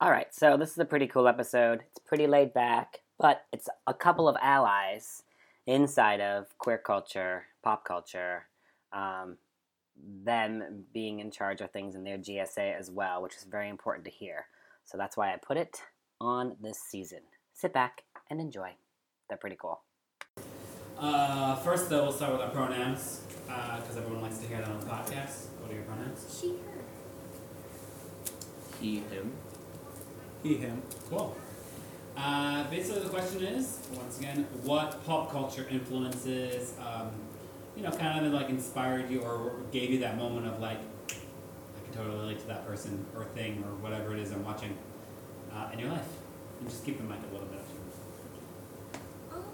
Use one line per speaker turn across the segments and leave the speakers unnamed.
All right, so this is a pretty cool episode. It's pretty laid back, but it's a couple of allies inside of queer culture, pop culture, um, them being in charge of things in their GSA as well, which is very important to hear. So that's why I put it on this season. Sit back and enjoy. They're pretty cool.
Uh, first, though, we'll start with our pronouns because everyone likes to hear that on the podcast. What are your pronouns?
She, her.
he, him.
He, him. Cool. Uh, basically, the question is once again, what pop culture influences, um, you know, kind of like inspired you or gave you that moment of like, I can totally relate to that person or thing or whatever it is I'm watching uh, in your life. And just keep in mind a little bit.
Um,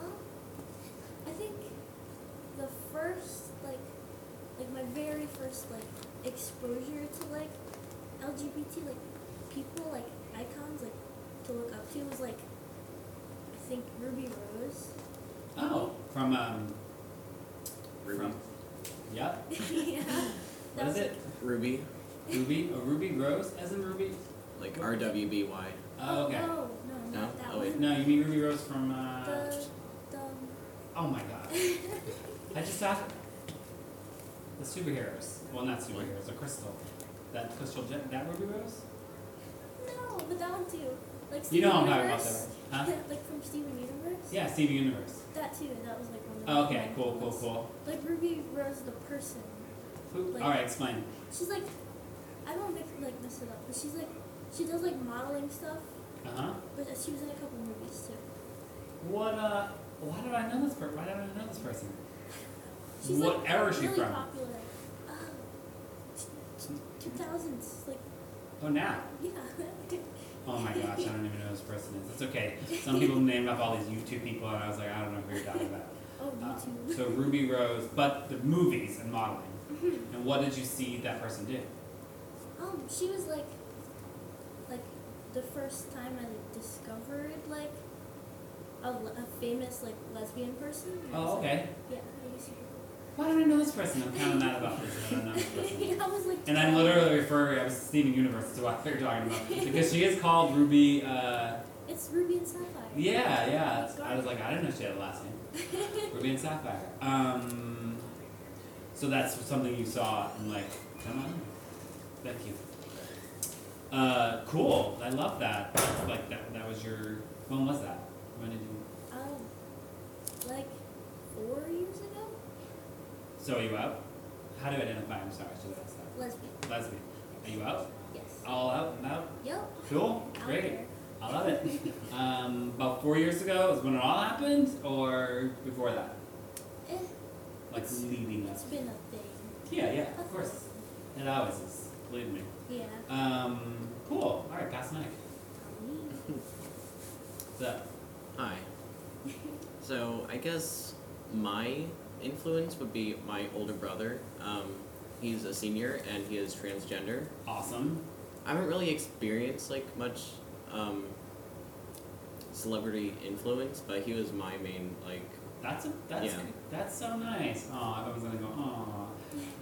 um, I think the first like like my very first like exposure to like LGBT like people like icons like to look up to was like I think Ruby Rose.
Oh, from, um,
Ruby.
From- yep.
yeah.
What is
was,
it?
Ruby.
Ruby? A Ruby Rose? As in Ruby?
Like RWBY.
Oh, okay.
No, no,
No?
not that
Oh, wait.
one.
No, you mean Ruby Rose from. Uh,
The the um,
oh my god. I just thought. The superheroes. Well, not superheroes, a crystal. That crystal gem. That Ruby Rose?
no, but that one too. Like
You
Steven
know I'm talking about that,
Universe.
right? Huh?
like from Steven Universe.
Yeah, Steven Universe.
That too. That was like one of the
Oh, okay, cool, cool,
ones.
cool.
Like Ruby Rose, the person.
Who-
Like-
Alright, explain.
She's like, I don't make, like mess it up, but she's like, she does like modeling stuff,
Uh huh.
but she was in a couple movies too.
What, uh. Why did I know this person? Why did I know this person?
She's
what
like
era is she
really
from?
popular. Uh, two thousands, like
Oh, now.
yeah.
Oh my gosh, I don't even know who this person is. That's okay. Some people named off all these YouTube people, and I was like, I don't know who you're talking about.
oh,
Uh,
YouTube.
so Ruby Rose, but the movies and modeling. And what did you see that person do?
Um, she was like, like the first time I like, discovered like a, le- a famous like lesbian person. I was
Oh,
like,
okay.
Yeah, I guess you could.
Why don't I know this person? I'm kind of mad about this. I don't know this person.
I was like.
And I'm
12.
literally referring, I was Steven Universe to what they're talking about. Because she is called Ruby, uh,
It's Ruby and Sapphire.
yeah, yeah. I was like, I didn't know she had a last name. Ruby and Sapphire. Um, so that's something you saw and like, come on. Thank you. Uh, cool. I love that. Like, that, that was your, when was that? When did you?
Um, like four years ago,
So are you out? How do you identify? I'm sorry, I should have asked
lesbian.
that. Lesbian. Are you out?
Yes.
All out and out?
Yep.
Cool.
out
Great.
there.
I love it. Um, about four years ago is when it all happened, or before that?
Eh,
Like leading
it's
us.
been a thing.
Yeah, yeah, of course. It always is. Believe me.
Yeah.
Um, cool. All right, pass the mic. So,
Hi. So I guess my influence would be my older brother. Um, he's a senior and he is transgender.
awesome.
I haven't really experienced like much um, celebrity influence, but he was my main like.
That's a, that's
Yeah.
that's so nice. Oh, everyone's gonna go. Oh,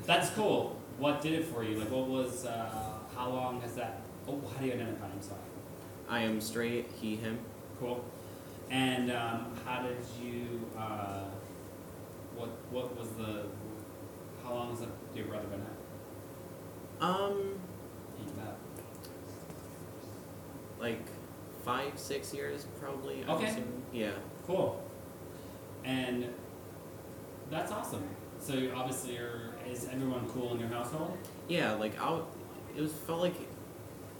that's cool. What did it for you? Like, what was? Uh, how long has that? Oh, how do you identify? I'm sorry.
I am straight. He him.
Cool. And um, how did you? Uh, what what was the? How long has that- your brother been at?
Um,
In about?
like five six years probably. I would
Okay.
assume. Yeah.
Cool. And that's awesome. So you- obviously, you're, is everyone cool in your household?
Yeah, like I, w- it was felt like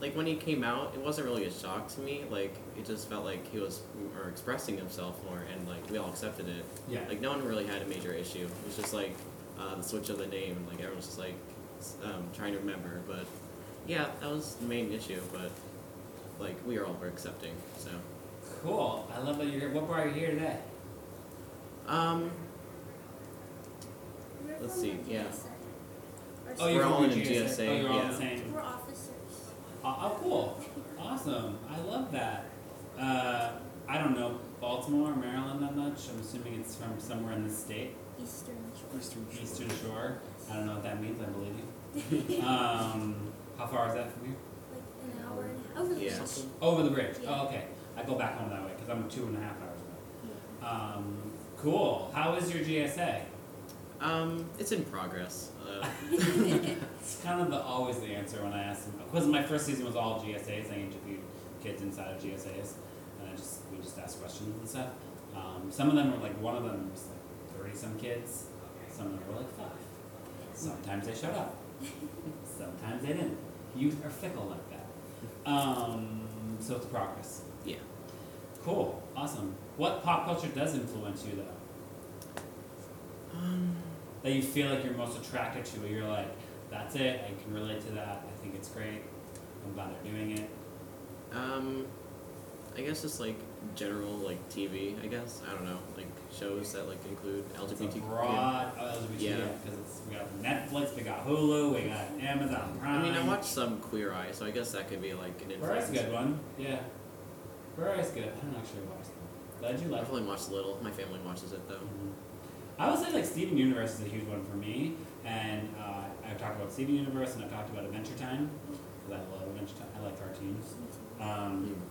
like when he came out, it wasn't really a shock to me. Like it just felt like he was or expressing himself more, and like we all accepted it.
Yeah.
Like no one really had a major issue. It was just like uh, the switch of the name, and like everyone's just like s- um, trying to remember. But yeah, that was the main issue. But like we are all were accepting. So
Cool. I love that you're here. What brought you here today?
um,
We're
Let's
from
see,
the
yeah.
GSA. Or
Oh,
We're
you're
something.
all
from the
in a GSA,
Oh, you're all
yeah.
the same.
We're officers.
Oh, oh, cool. Awesome. I love that. Uh, I don't know Baltimore, Maryland that much. I'm assuming it's from somewhere in the state,
Eastern Shore.
Eastern Eastern Shore. I don't know what that means. I believe you. Um, how far is that from here?
Like an hour and a half. Oh, Over the
Yeah.
beach.
Over the bridge.
Yeah.
Oh, okay. I go back home that way because I'm two and a half hours away. Um, cool. How is your GSA?
um, it's in progress. Uh,
It's kind of the, always the answer when I ask them. Because my first season was all GSAs. I interviewed kids inside of GSAs, and I just we just asked questions and stuff. Um, some of them were like one of them was like thirty some kids. Some of them were like five. Sometimes they showed up. Sometimes they didn't. Youth are fickle like that. Um, so it's progress.
yeah.
Cool. Awesome. What pop culture does influence you though?
Um,
that you feel like you're most attracted to. You're like, that's it. I can relate to that. I think it's great. I'm glad they're doing it.
Um, I guess just like general like TV. I guess I don't know like shows that like include
It's a
LGBTQ.
broad uh, LGBT
Yeah.
because it's we got Netflix, we got Hulu, we got Amazon Prime.
I mean, I watched some Queer Eye, so I guess that could be like an
Queer Eye's a
influence.
good one. Yeah, Queer Eye's good. I don't actually watch them. Glad you like.
I've only watched a little. My family watches it though.
Mhm. I would say like Steven Universe is a huge one for me, and uh, I've talked about Steven Universe and I've talked about Adventure Time because I love Adventure Time. I like cartoons. Um,
Mm.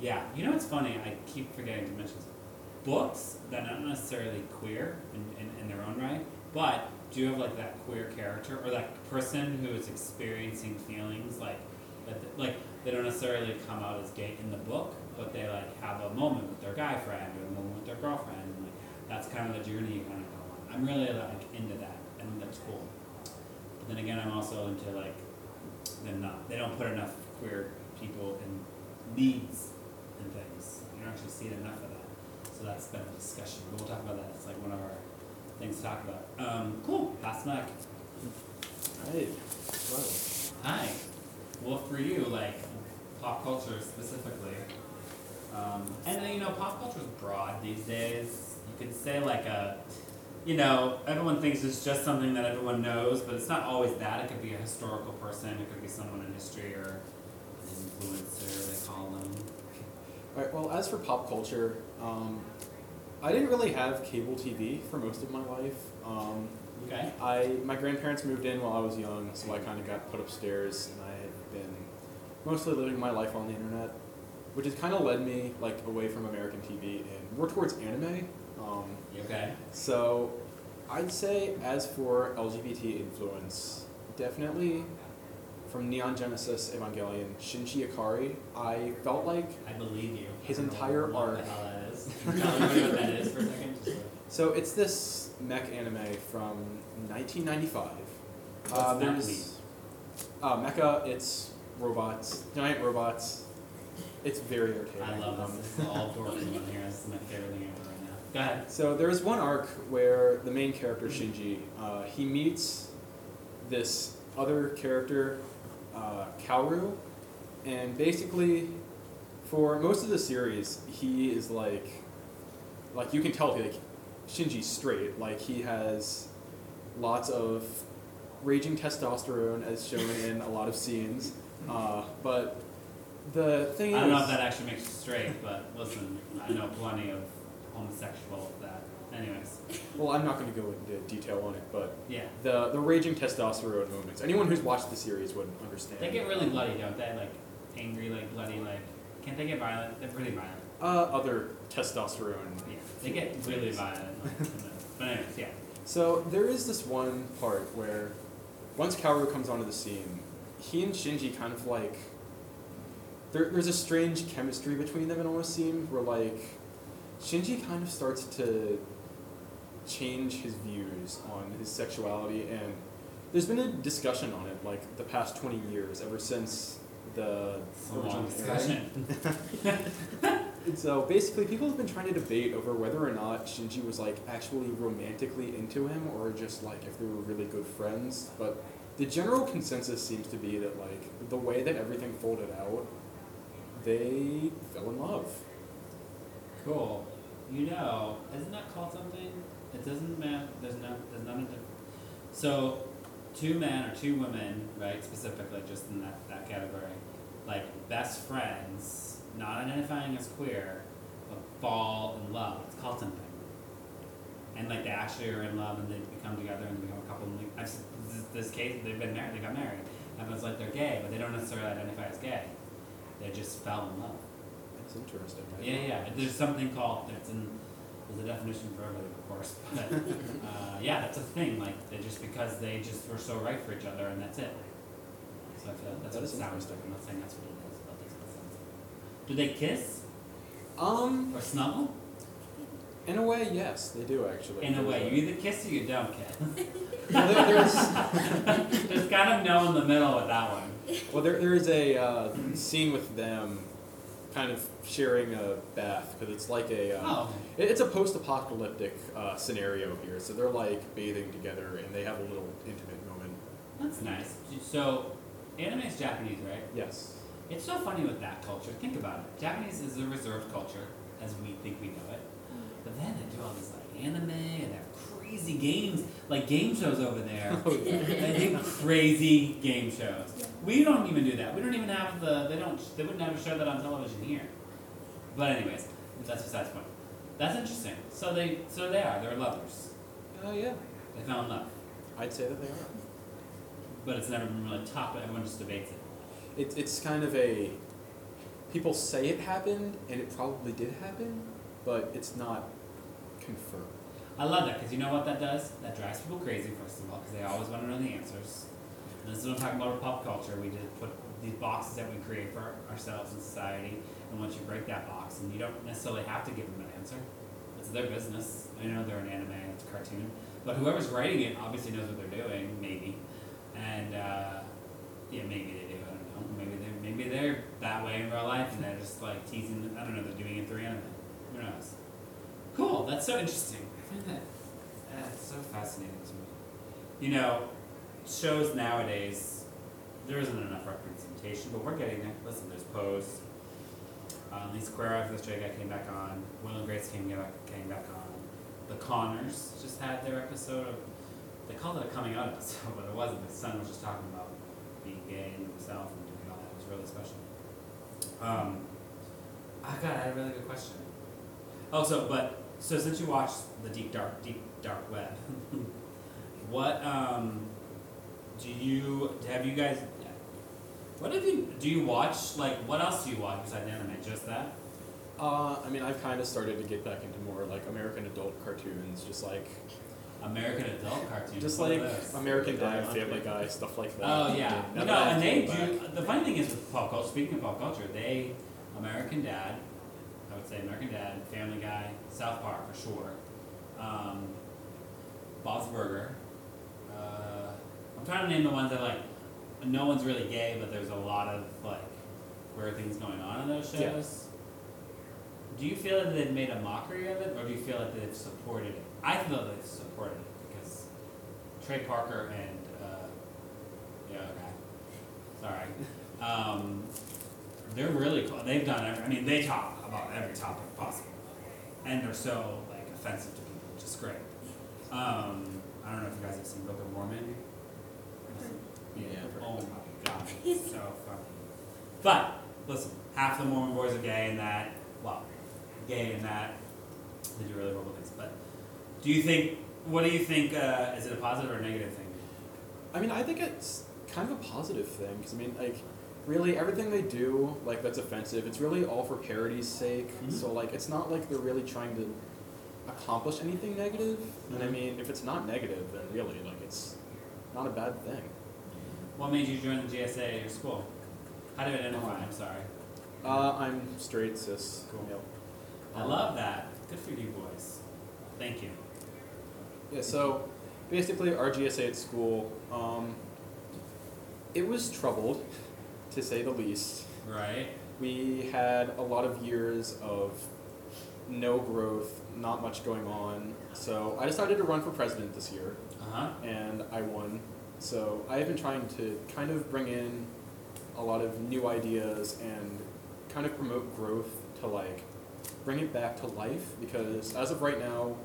Yeah, you know what's funny? I keep forgetting to mention this. books that aren't necessarily queer in, in, in their own right, but do have like that queer character or that person who is experiencing feelings like that. th- like they don't necessarily come out as gay in the book, but they like have a moment with their guy friend or a moment with their girlfriend, and like that's kind of the journey you kind of go on. I'm really like into that, and that's cool. But then again, I'm also into like them not. They don't put enough queer people in leads and things. You don't actually see it enough of that. So that's been a discussion. We'll talk about that. It's like one of our things to talk about. Um, cool. Pass the mic.
Hey. Wow.
Hi. Well, for you, like pop culture specifically, um, and uh, you know, pop culture is broad these days. You could say like a, you know, everyone thinks it's just something that everyone knows, but it's not always that. It could be a historical person. It could be someone in history or an influencer. They call them.
All right. Well, as for pop culture, um, I didn't really have cable TV for most of my life. Um,
Okay.
I my grandparents moved in while I was young, so I kind of got put upstairs, and I have been mostly living my life on the internet, which has kind of led me like away from American TV and more towards anime. Um,
You okay.
so, I'd say as for LGBT influence, definitely from Neon Genesis Evangelion, Shinji Ikari. I felt like
I believe you.
His
I don't know
entire
what
arc.
the hell that is. Can you tell me what that is for a second?
So it's this mech anime from 1995.
What's that
there's-
mean?
Uh, mecha, it's robots, giant robots. It's very arcade.
I love this. This is all dorky one here. This is my favorite thing ever right now. Go ahead.
So there's one arc where the main character Shinji, uh, he meets this other character, uh, Kaoru, and basically, for most of the series, he is like, like you can tell, like Shinji's straight. Like he has lots of raging testosterone, as shown in a lot of scenes. Uh, but the
I
thing
don't
is,
know if that actually makes you straight, but listen, I know plenty of homosexuals that. Anyways,
well, I'm not going to go into detail on it, but
yeah.
the the raging testosterone moments. Anyone who's watched the series would understand.
They get really bloody, don't they? Like, angry, like, bloody, like. Can't they get violent? They're pretty violent.
uh, other testosterone.
Yeah. They get really violent. Like, in the- but, anyways, yeah.
So there is this one part where, once Kaoru comes onto the scene, he and Shinji kind of like. There, there's a strange chemistry between them. It almost seemed where like, Shinji kind of starts to change his views on his sexuality and there's been a discussion on it like the past 20 years ever since the
It's a long
original
discussion.
And So basically, people have been trying to debate over whether or not Shinji was like actually romantically into him, or just like if they were really good friends. But the general consensus seems to be that like the way that everything folded out, they fell in love.
Cool. You know, isn't that called something? It doesn't matter. There's no. There's not a diff- So, two men or two women, right? Specifically, just in that that category, like best friends, not identifying as queer, but fall in love. It's called something. And like they actually are in love, and they become together, and they become a couple. And like, I've, s- this, this case, they've been married. They got married. And it's like they're gay, but they don't necessarily identify as gay. They just fell in love.
That's interesting. I
Yeah, yeah. There's something called that's in. There's a definition for everything, of course. But uh, yeah, that's a thing. Like they just because they just were so right for each other, and that's it. So I feel like that's
That
what it
is
sounds like.
interesting.
I'm not saying that's what it is, but that's what it sounds like. Do they kiss
Um,
or snuggle?
in a way, yes, they do actually.
In a way, you either kiss or you don't kiss.
Well, there, there's.
There's kind of no in the middle with that one.
Well, there, there is a uh, scene with them kind of sharing a bath because it's like a. Um,
Oh,
it- It's a post apocalyptic uh, scenario here. So they're like bathing together and they have a little intimate moment.
that's nice. So, anime is Japanese, right?
Yes.
It's so funny with that culture. Think about it. Japanese is a reserved culture, as we think we know it. But then they do all this like anime and they have crazy games, like game shows over there. they do crazy game shows.
Yeah.
We don't even do that. We don't even have the. They don't. They wouldn't have a show that on television here. But anyways, that's besides the point. That's interesting. So they. So they are. They're lovers.
Oh, yeah.
They fell in love.
I'd say that they are.
But it's never been really taught. But everyone just debates it.
It, it's kind of a. People say it happened and it probably did happen, but it's not confirmed.
I love that because you know what that does? That drives people crazy, first of all, because they always want to know the answers. And this is what I'm talking about with pop culture. We just put these boxes that we create for ourselves in society, and once you break that box, and you don't necessarily have to give them an answer, it's their business. I know they're an anime, it's a cartoon, but whoever's writing it obviously knows what they're doing, maybe. And uh, yeah, maybe they do. I don't know. Maybe they maybe they're that way in real life, and they're just like teasing. I don't know. They're doing it through anime. Who knows? Cool. That's so interesting. I find that that's so fascinating to me. You know, shows nowadays there isn't enough representation, but we're getting there. Listen, there's Pose. Um, Lisa Guerra, this J guy came back on. Will and Grace came back came back on. The Connors just had their episode of. They called it a coming out episode, but it wasn't. The son was just talking about being gay and himself and doing all that. It was really special. Um, I got. I had a really good question. Oh, so but so since you watched the deep dark deep dark web, what um do you have you guys? What have you do you watch like what else do you watch besides anime? Just that?
Uh, I mean, I've kind of started to get back into more like American adult cartoons, just like
American adult cartoons.
just
what
like
are those?
American
Guy,
Dad, Family Guy, stuff like that.
Oh yeah, no,
Now that I
and they
think
do.
back-
The funny thing is with pop culture. Speaking of pop culture, they American Dad, I would say American Dad, Family Guy, South Park for sure, um, Bob's Burger. Uh, I'm trying to name the ones that like no one's really gay, but there's a lot of like weird things going on in those shows.
Yeah.
Do you feel that they've made a mockery of it, or do you feel that they've supported it? I feel that they've supported it because Trey Parker and uh, yeah, okay, sorry, um, they're really cool. They've done. Every, I mean, they talk about every topic possible, and they're so like offensive to people, which is great. Um, I don't know if you guys have seen Book of Mormon. Yeah.
Yeah, I've heard
Oh my god, it's so funny. But listen, half the Mormon boys are gay in that. Well, gay in that. They do really horrible things. But do you think? What do you think? Uh, is it a positive or a negative thing?
I mean, I think it's kind of a positive thing because I mean, like, really everything they do, like that's offensive. It's really all for parody's sake.
Mhm.
So like, it's not like they're really trying to accomplish anything negative. And I
Mhm.
mean, if it's not negative, then really like it's not a bad thing.
What made you join the GSA at your school? How do you identify? I'm sorry.
Uh, I'm straight, cis.
Cool.
Yep. Um,
I love that. Good for you boys. Thank you.
Yeah, so basically, our GSA at school, um, it was troubled. to say the least.
Right.
We had a lot of years of no growth, not much going on. So I decided to run for president this year,
Uh huh.
and I won. So I have been trying to kind of bring in a lot of new ideas and kind of promote growth to like bring it back to life because as of right now,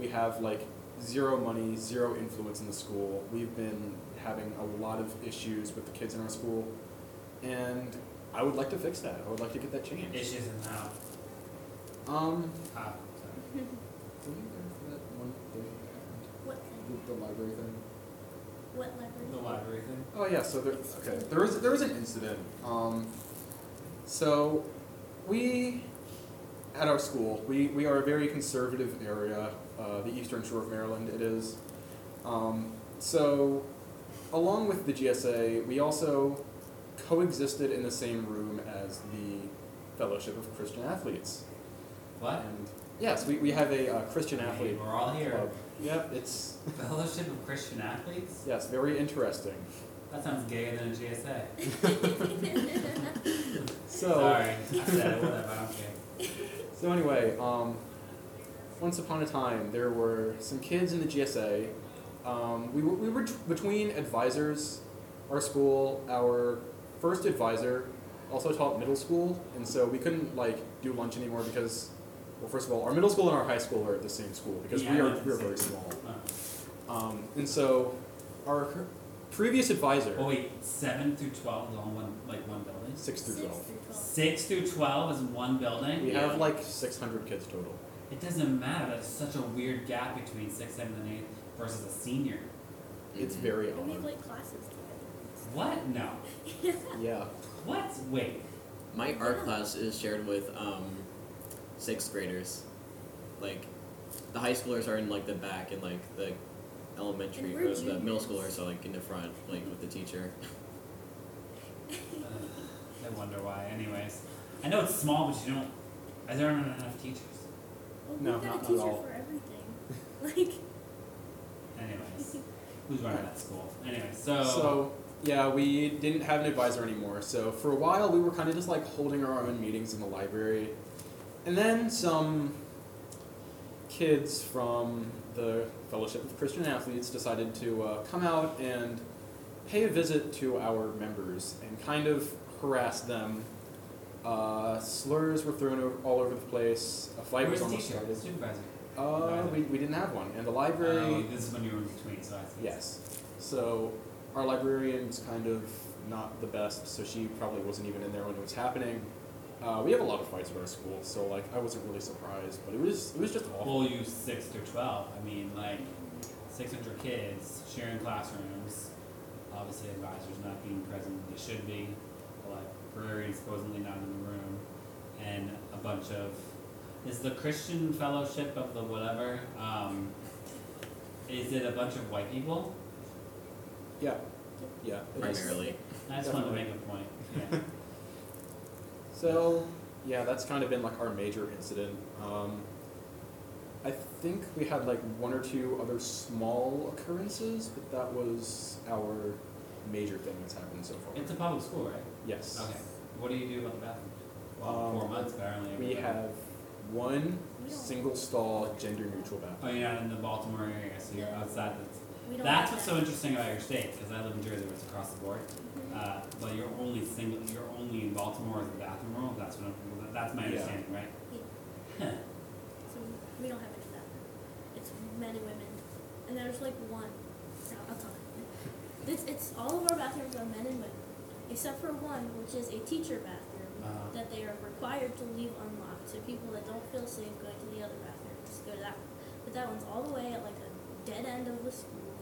we have like zero money, zero influence in the school. We've been having a lot of issues with the kids in our school, and I would like to fix that. I would like to get that changed.
Issues and how.
Um,
How.
did we go for that one thing that
What thing?
happened? The, the library thing?
What leopard?
The library thing.
Oh yeah, so there, okay, there was there was an incident. Um, so we at our school, we, we are a very conservative area, uh, the eastern shore of Maryland. It is. Um, so along with the GSA, we also coexisted in the same room as the Fellowship of Christian Athletes.
What?
And yes, we, we have a uh, Christian
Hey,
athlete
We're all here.
club. Yep, it's
Fellowship of Christian Athletes?
yes, very interesting.
That sounds gayer than a GSA.
So.
Sorry. I said it, whatever, I don't care.
So anyway, um, once upon a time, there were some kids in the GSA. Um, we were, we were t- between advisors, our school, our first advisor also taught middle school, and so we couldn't like do lunch anymore because, well, first of all, our middle school and our high school are at the same school because we
Yeah,
are
that's
we are
the
very
same.
small.
Oh.
Um, and so, our cur- previous advisor,
Oh wait, seven through twelve is all one like one building.
six through twelve,
Six through twelve is one building.
we
Yeah.
have like six hundred kids total.
It doesn't matter. That's such a weird gap between sixth, seventh, and eighth versus a senior.
It's very
Mm-hmm. We have
odd.
like classes together.
What? No.
Yeah.
What? Wait.
My art class is shared with um, sixth graders. Like, the high schoolers are in like the back, and like the elementary
And we're
or the middle
juniors.
schoolers are like in the front, like with the teacher.
Uh, I wonder why. Anyways, I know it's small, but you don't. I there aren't enough teachers.
Well,
No,
we've got a
not- not at
teacher
all.
for everything.
Anyways,
Like,
who's running that school? Anyway, so,
So yeah, we didn't have an advisor anymore. So for a while, we were kind of just like holding our own meetings in the library, and then some kids from the Fellowship of Christian Athletes decided to uh, come out and pay a visit to our members and kind of harass them. Uh, slurs were thrown over, all over the place. A fight
where's
was
the
almost
teacher?
started.
Supervisor.
Uh, we, we didn't have one, and the library.
Oh, this is when you were in between, so I see.
Yes. So our librarian's kind of not the best, so she probably wasn't even in there when it was happening. Uh, we have a lot of fights at our school, so like I wasn't really surprised, but it was it was just awful.
Well, you six through twelve. I mean, like six hundred kids sharing classrooms. Obviously, advisors not being present. when They should be. The librarian supposedly not in the room, and a bunch of is the Christian Fellowship of the whatever. Um, is it a bunch of white people?
Yeah. Yeah. it is.
Primarily.
I just wanted to make a
Definitely.
point. Yeah.
So yeah, that's kind of been like our major incident. Um, I think we had like one or two other small occurrences, but that was our major thing that's happened so far.
it's a public school, right?
yes.
Okay. What do you do about the bathroom? Well,
Um,
four months apparently.
We have one
We don't-
single stall gender neutral bathroom.
Oh, you're not in the Baltimore area, so you're outside the
we don't
That's
have
what's so
that.
interesting about your state, because I live in Jersey, where it's across the board. Uh, but you're only single, you're only in Baltimore as a bathroom rule. That's what I'm, that's my
Yeah.
understanding, right? Huh.
So we don't have any of that. It's men and women, and there's like one. No, I'll tell you. It's, it's all of our bathrooms are men and women, except for one, which is a teacher bathroom
Uh-huh.
that they are required to leave unlocked. So people that don't feel safe going to the other bathroom just go to that one. But that one's all the way at like a dead end of the school,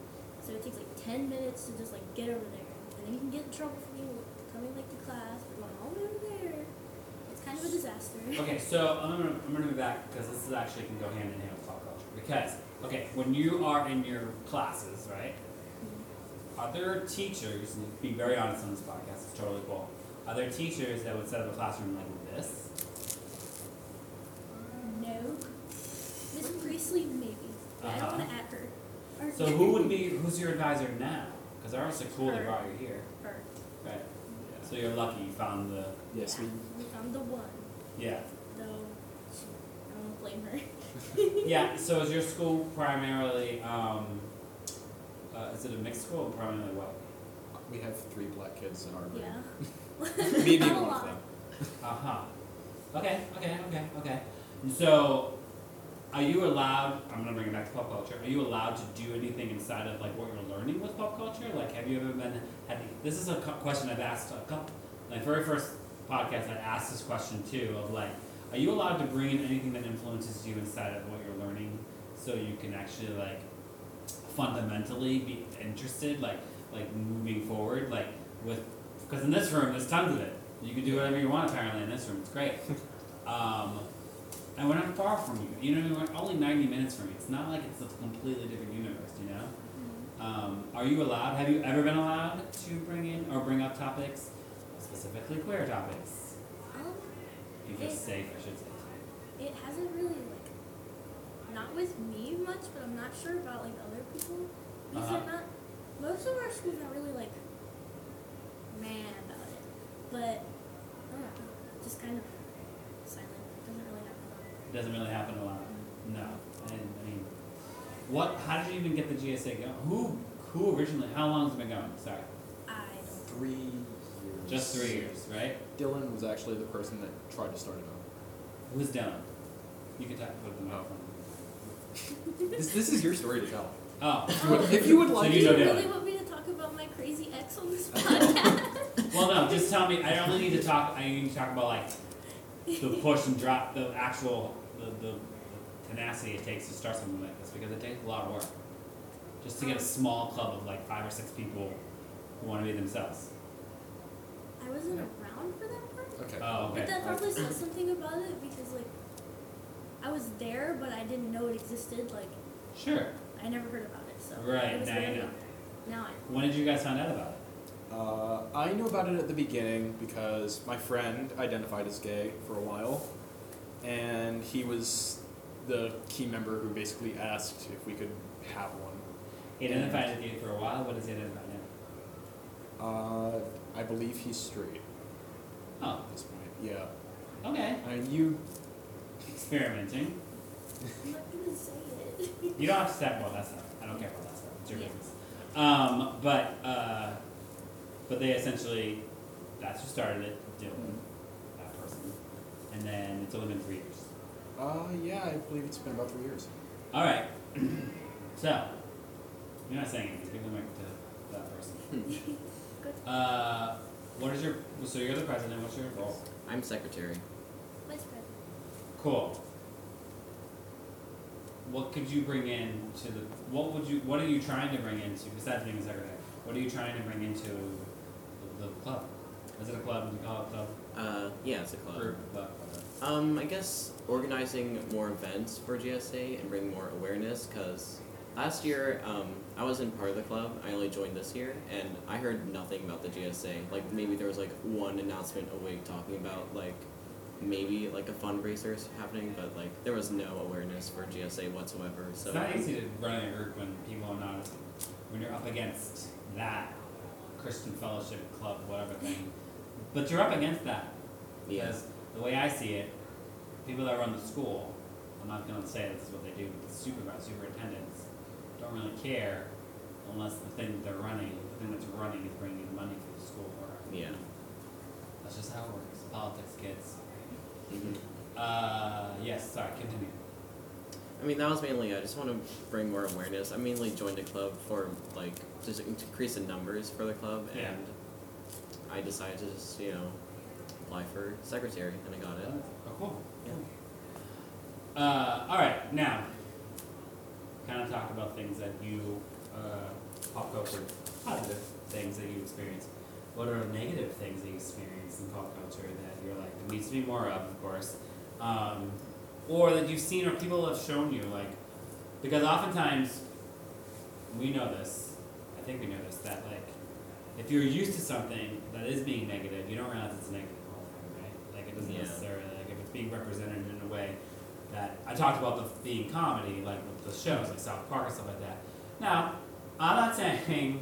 so it takes like ten minutes to just like get over there, and then you can get in trouble for people coming like to class or going all the way over there. It's kind of a disaster.
Okay, so I'm gonna, I'm gonna be back because this is actually can go hand in hand with pop culture. Because okay, when you are in your classes, right? Are there teachers? And be very honest on this podcast. It's totally cool. Are there teachers that would set up a classroom like this?
No. Miss Priestley, maybe. But I
Uh-huh.
don't want to at her. Or
So who would be? Who's your advisor now? Because I also cool that
Her.
brought you here.
Her.
Right. So you're lucky you found the.
Yes, we,
We found the one,
Yeah.
though she, I don't blame her.
Yeah, so is your school primarily, um, uh, is it a mixed school or primarily white?
we have three black kids in our room.
Yeah.
Maybe
Not a
one of
lot.
them.
Uh huh. Okay, okay, okay, okay. And So, are you allowed? I'm gonna bring it back to pop culture. Are you allowed to do anything inside of like what you're learning with pop culture? Like, have you ever been? Had, this is a cu- question I've asked a couple. My very first podcast, I asked this question too of like, are you allowed to bring in anything that influences you inside of what you're learning, so you can actually like fundamentally be interested, like like moving forward, like with because in this room there's tons of it. You can do whatever you want apparently in this room. It's great. Um, and we're not far from you. You know, what I mean? we're only ninety minutes from you. It's not like it's a completely different universe. You know.
Mm-hmm.
Um, are you allowed? Have you ever been allowed to bring in or bring up topics, specifically queer topics?
Um,
You feel safe, I should say.
it hasn't really like not with me much, but I'm not sure about like other people. Because
Uh-huh.
they're not most of our schools are really like mad about it. But I don't know. Just kind of silent. Doesn't really happen.
It doesn't really happen a lot. No. I, didn't, I mean, what? How did you even get the GSA going? Who? Who originally? How long has it been going? Sorry.
I don't
Three years.
Just three years, right?
Dylan was actually the person that tried to start it up.
Who's down? You can talk about the microphone.
This, this is your story to tell.
Oh.
If you would, if you would
So
like
you
Do you
know
really
Dylan.
want me to talk about my crazy ex on this podcast?
Well, no. Just tell me. I only need to talk. I need to talk about like the push and drop, the actual, the, the, the tenacity it takes to start something like this because it takes a lot of work. Just to get a small club of like five or six people who want to be themselves.
I wasn't around for that part.
Okay.
Oh,
But
okay.
that probably says something about it because like I was there but I didn't know it existed, like
Sure.
I never heard about it, so
Right,
it was
now you
very-
know.
Now I
When did you guys find out about it?
Uh, I knew about it at the beginning because my friend identified as gay for a while, and he was the key member who basically asked if we could have one.
He identified as gay for a while. What does he identify now?
Uh, I believe he's straight at this point. Yeah.
Oh, okay.
I mean, you.
Experimenting.
I'm not gonna say it.
You don't have to step about that stuff. I don't care about that stuff. It's your
Yeah.
business. Um, but uh, but they essentially that's who started it, Dylan, that person, and then it's only been three years.
Uh, yeah, I believe it's been about three years.
All right. so you're not saying anything. Give the mic to that person. uh, what is your? So you're the president. What's your role?
I'm secretary.
Vice president.
Cool. What could you bring in to the? What would you? What are you trying to bring into besides being a secretary? What are you trying to bring into the, the club? Is it a club? Do you call it a club?
Uh, yeah, it's a club.
Group club. whatever.
Um, I guess organizing more events for GSA and bring more awareness because last year um, I wasn't part of the club. I only joined this year, and I heard nothing about the GSA. Like maybe there was like one announcement a week talking about like maybe like a fundraiser is happening, but like there was no awareness for GSA whatsoever. So
It's not easy to run a group when people are not when you're up against that Christian fellowship club, whatever thing. But you're up against that.
yeah,
Because the way I see it, people that run the school, I'm not going to say this is what they do, but the supervisors, superintendents, don't really care unless the thing that they're running, the thing that's running is bringing in money for the school. Or,
Yeah.
That's just how it works. Politics, kids.
Mhm.
Uh, yes, sorry, continue.
I mean, that was mainly. I just want to bring more awareness. I mainly joined a club for like just increase in numbers for the club,
Yeah.
and I decided to just you know apply for secretary, and I got it.
Oh, cool. Uh, all right, now, kind of talk about things that you, uh, pop culture, positive things that you experienced. What are negative things that you experienced in pop culture that you're like, there needs to be more of, of course, um, or that you've seen or people have shown you, like, because oftentimes, we know this, I think we know this, that like, if you're used to something that is being negative, you don't realize it's negative all the time, right? Like, it doesn't
Yeah.
necessarily, like, if it's being represented in a way that I talked about the being comedy, like with the shows, like South Park and stuff like that. Now, I'm not saying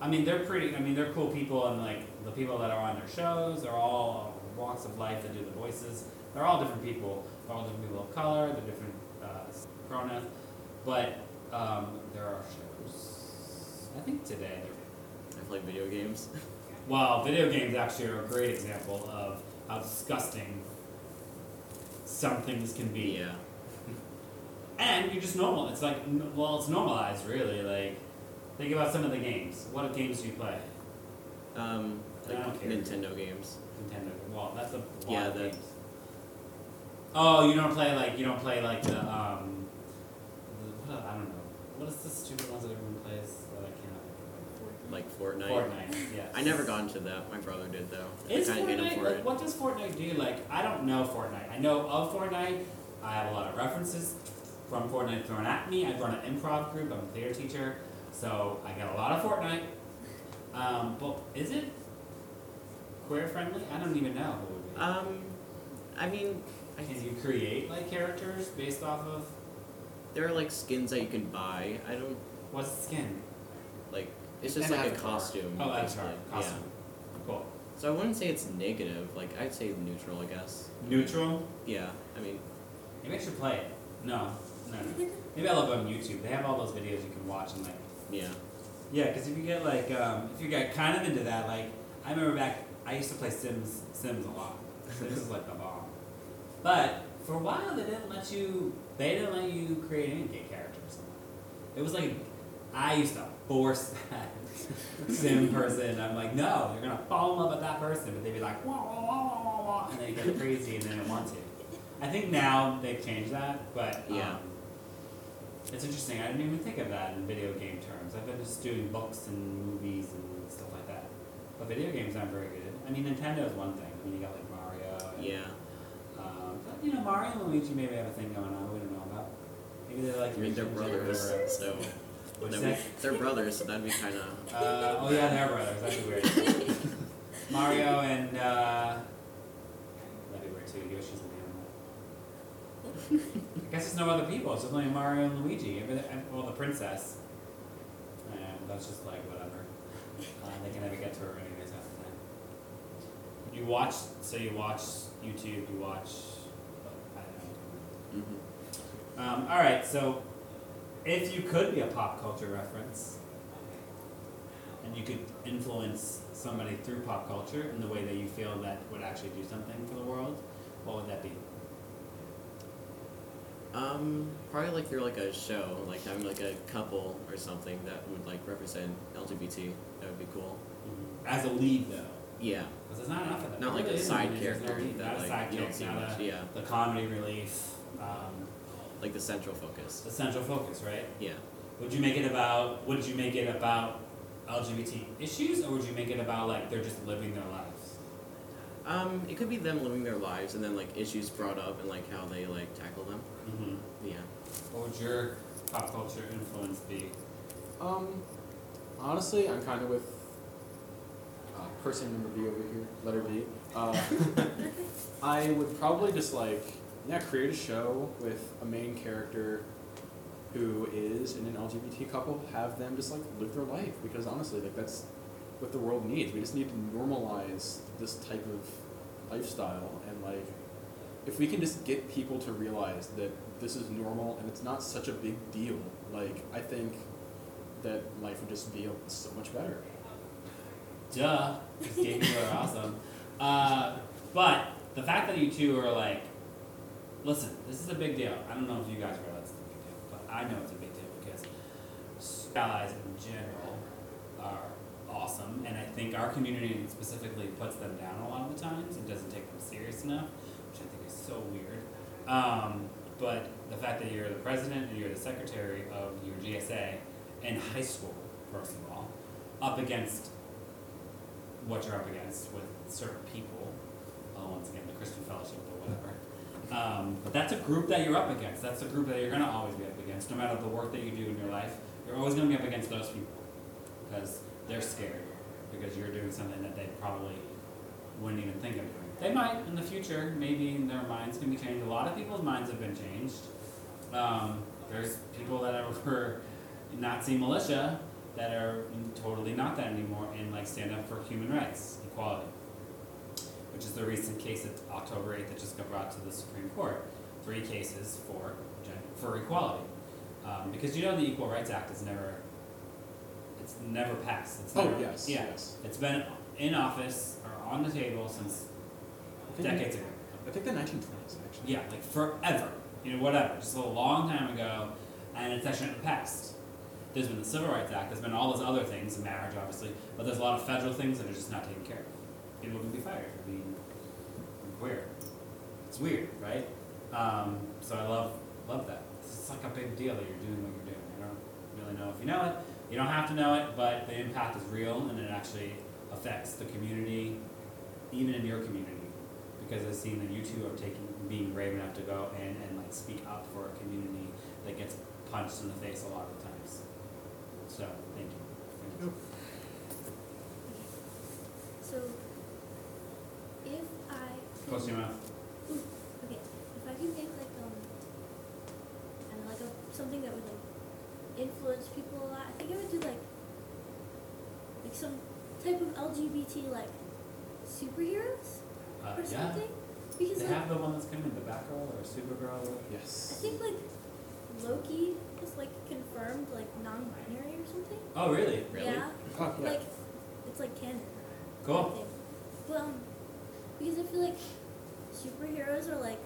I mean, they're pretty. I mean, they're cool people, and like the people that are on their shows are all walks of life that do the voices. They're all different people. They're all different people of color. They're different uh, pronouns, but um, there are shows. I think today. There,
I play video games.
well, video games actually are a great example of how disgusting some things can be.
Yeah.
And you're just normal. It's like, n- well, it's normalized, really. Like, think about some of the games. What games do you play?
Um,
I
like
don't care.
Nintendo games.
Nintendo. Well, that's a lot
Yeah,
of
that-
games. Oh, you don't play like you don't play like the um, the, what, I don't know. What is the stupid ones that everyone plays that I cannot
Like
think
Fortnite.
of? Fortnite. Fortnite. Yeah.
I never got into that. My brother did though.
Is
I kind of hate him
Fortnite
for
like
it.
what does Fortnite do? Like I don't know Fortnite. I know of Fortnite. I have a lot of references from Fortnite thrown at me. I run an improv group. I'm a theater teacher, so I get a lot of Fortnite. Um, but is it queer friendly? I don't even know. Who would be.
Um, I mean, I
Can you create like characters based off of
there are like skins that you can buy. I don't
what's the skin?
like. It's just
An
like a
avatar.
costume.
Oh, that's
basically.
right. Costume. Cool.
Yeah. So I wouldn't say it's negative. Like I'd say neutral, I guess.
Neutral.
Yeah. I mean,
Maybe I should play it. No, no, no. Maybe I'll look on YouTube. They have all those videos you can watch and like
yeah.
Yeah, because if you get like, um, if you get kind of into that, like, I remember back, I used to play Sims, Sims a lot. Sims is like the bomb. But for a while, they didn't let you, they didn't let you create any gay characters. It was like, I used to force that Sim person. I'm like, no, you're gonna fall in love with that person, but they'd be like, wah wah wah wah wah, wah and they get crazy and they don't want to. I think now they've changed that, but
Yeah.
Um, it's interesting. I didn't even think of that in video game terms. I've been just doing books and movies and stuff like that. But video games aren't very good. I mean, Nintendo's one thing. I mean, you got like Mario. And,
Yeah.
Um, but, you know, Mario and Luigi maybe have a thing going on. We don't know about. Maybe they're like.
I mean, they're
Ninja
brothers,
or-
so
What'd you
that'd
say?
be- they're brothers, so that'd be kind of
Uh, oh yeah, they're brothers. That'd be weird. Mario and uh, that'd be weird too. Yoshi's an animal. I guess there's no other people. It's just only Mario and Luigi. Every- and- Well, the princess. And that's just like whatever. Uh, they can never get to her anyways half the time. You watch. So you watch YouTube. You watch. I don't know.
hmm
Um, all right, so if you could be a pop culture reference, and you could influence somebody through pop culture in the way that you feel that would actually do something for the world, what would that be?
Um, probably like through like a show, like having like a couple or something that would like represent LGBT. That would be cool.
As a lead, though,
Yeah,
because there's not enough of that.
Mm-hmm. not
There
like
really
a
isn't.
side
There's no
character
lead,
that
not a
like
sidekick,
you don't see
not
much.
a-
Yeah,
the comedy relief, um,
like the central focus.
the central focus, right?
Yeah,
Would you make it about? Would you make it about LGBT issues, or would you make it about like they're just living their lives?
um, it could be them living their lives and then like issues brought up and like how they like tackle them.
Mm-hmm.
Yeah,
What would your pop culture influence be?
Um, honestly, I'm kind of with uh, person number B over here, letter B. Uh, I would probably just like yeah create a show with a main character who is in an LGBT couple, have them just like live their life because honestly, like that's what the world needs. We just need to normalize this type of lifestyle and like if we can just get people to realize that this is normal and it's not such a big deal, like I think that life would just be so much better.
Duh, because gay people are awesome. Uh, but the fact that you two are like, listen, this is a big deal. I don't know if you guys realize it's a big deal, but I know it's a big deal because s- allies in general are awesome, and I think our community specifically puts them down a lot of the times and doesn't take them serious enough, which I think is so weird. Um, but the fact that you're the president and you're the secretary of your GSA in high school, first of all, up against what you're up against with certain people. Uh, once again, the Christian Fellowship or whatever. Um, but that's a group that you're up against. That's a group that you're going to always be up against, no matter the work that you do in your life. You're always going to be up against those people because they're scared because you're doing something that they probably wouldn't even think of doing. They might in the future. Maybe their minds can be changed. A lot of people's minds have been changed. Um, there's people that I refer not see militia that are totally not that anymore and like stand up for human rights, equality, which is the recent case at October 8th that just got brought to the Supreme Court. Three cases for gen- for equality, um, because you know the Equal Rights Act is never it's never passed. It's
Oh
never,
yes,
yeah.
yes.
It's been in office or on the table since
I think,
decades ago.
I think the 1920s actually.
Yeah, like forever. You know, whatever. Just a long time ago, and it's actually not passed. There's been the Civil Rights Act. There's been all those other things, marriage, obviously, but there's a lot of federal things that are just not taken care of. People can be fired for being queer. It's weird, right? Um, so I love love that. It's like a big deal that you're doing what you're doing. I don't really know if you know it. You don't have to know it, but the impact is real, and it actually affects the community, even in your community because I've seen that you two are taking being brave enough to go in and like speak up for a community that gets punched in the face a lot of times. So thank you. Thank you.
So, if I could-
Close your mouth.
okay, if I could make like um, I don't know, like a, something that would like influence people a lot, I think I would do like like some type of LGBT like superheroes
Uh,
or
yeah.
something. Because
They
like,
have the one that's coming, the Batgirl or Supergirl.
I
Yes.
think like Loki is like confirmed like non-binary or something.
Oh really?
Really?
Yeah.
Oh, yeah.
Like it's like canon.
Cool.
thing. But um, because I feel like superheroes are like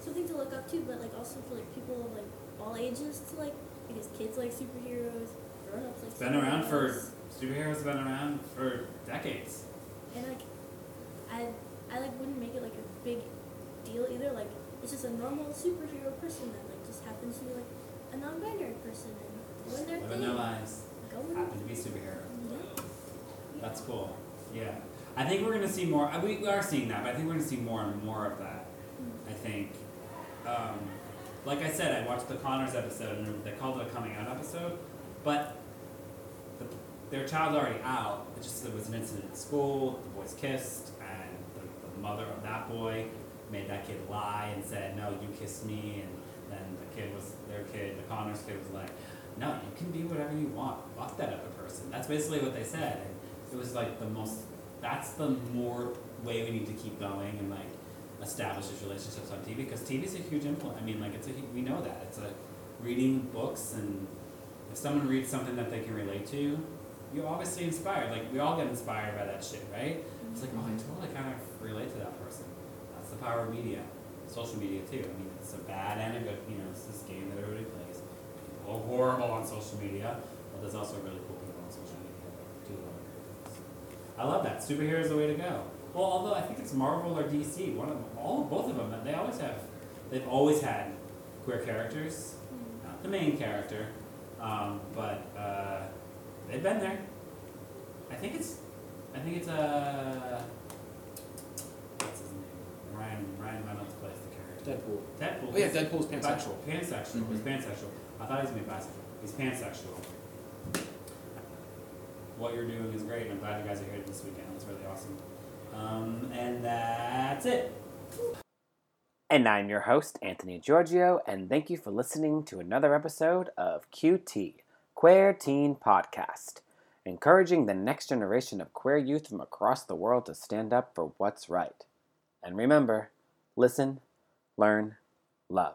something to look up to, but like also for like people of like all ages to like because kids like superheroes, grown ups like.
It's been around for
superheroes.
superheroes. Have been around for decades.
And like, I I like wouldn't make it like a big deal either. Like it's just a normal superhero person that like just happens to be like a non-binary person and doing their
Living
thing,
their lives,
going.
happen to be superheroes.
Yeah.
That's cool. Yeah. I think we're going to see more. uh, We, we are seeing that, but I think we're going to see more and more of that. I think. Um, like I said, I watched the Connors episode, and they called it a coming out episode, but the, their child's already out. It just there was an incident at school. The boys kissed, and the, the mother of that boy made that kid lie and said, "No, you kissed me." And then the kid was their kid. The Connors kid was like, "No, you can be whatever you want. Fuck that other person." That's basically what they said. And it was like the most. That's the more way we need to keep going and like establish these relationships on TV because TV is a huge influence. I mean, like it's a hu- we know that it's a reading books and if someone reads something that they can relate to, you're obviously inspired. Like we all get inspired by that shit, right? It's like, oh, I totally kind of relate to that person. That's the power of media, social media too. I mean, it's a bad and a good. You know, it's this game that everybody plays. People are horrible on social media, but there's also really cool people on social media that do a lot of great things. I love that. Superhero is the way to go. Well, although I think it's Marvel or DC, one of them, all both of them, they always have, they've always had queer characters. Not the main character, um, but uh, they've been there. I think it's, I think it's uh, what's his name? Ryan Ryan Reynolds plays the character.
Deadpool.
Deadpool.
Oh yeah, Deadpool's pansexual. Mm-hmm.
Bi- Pansexual. He's pansexual. I thought he was gonna be bisexual. He's pansexual. What you're doing is great, and I'm glad you guys are here this weekend. It's really awesome. Um, and that's it.
And I'm your host, Anthony Giorgio, and thank you for listening to another episode of QT, Queer Teen Podcast, encouraging the next generation of queer youth from across the world to stand up for what's right. And remember listen, learn, love.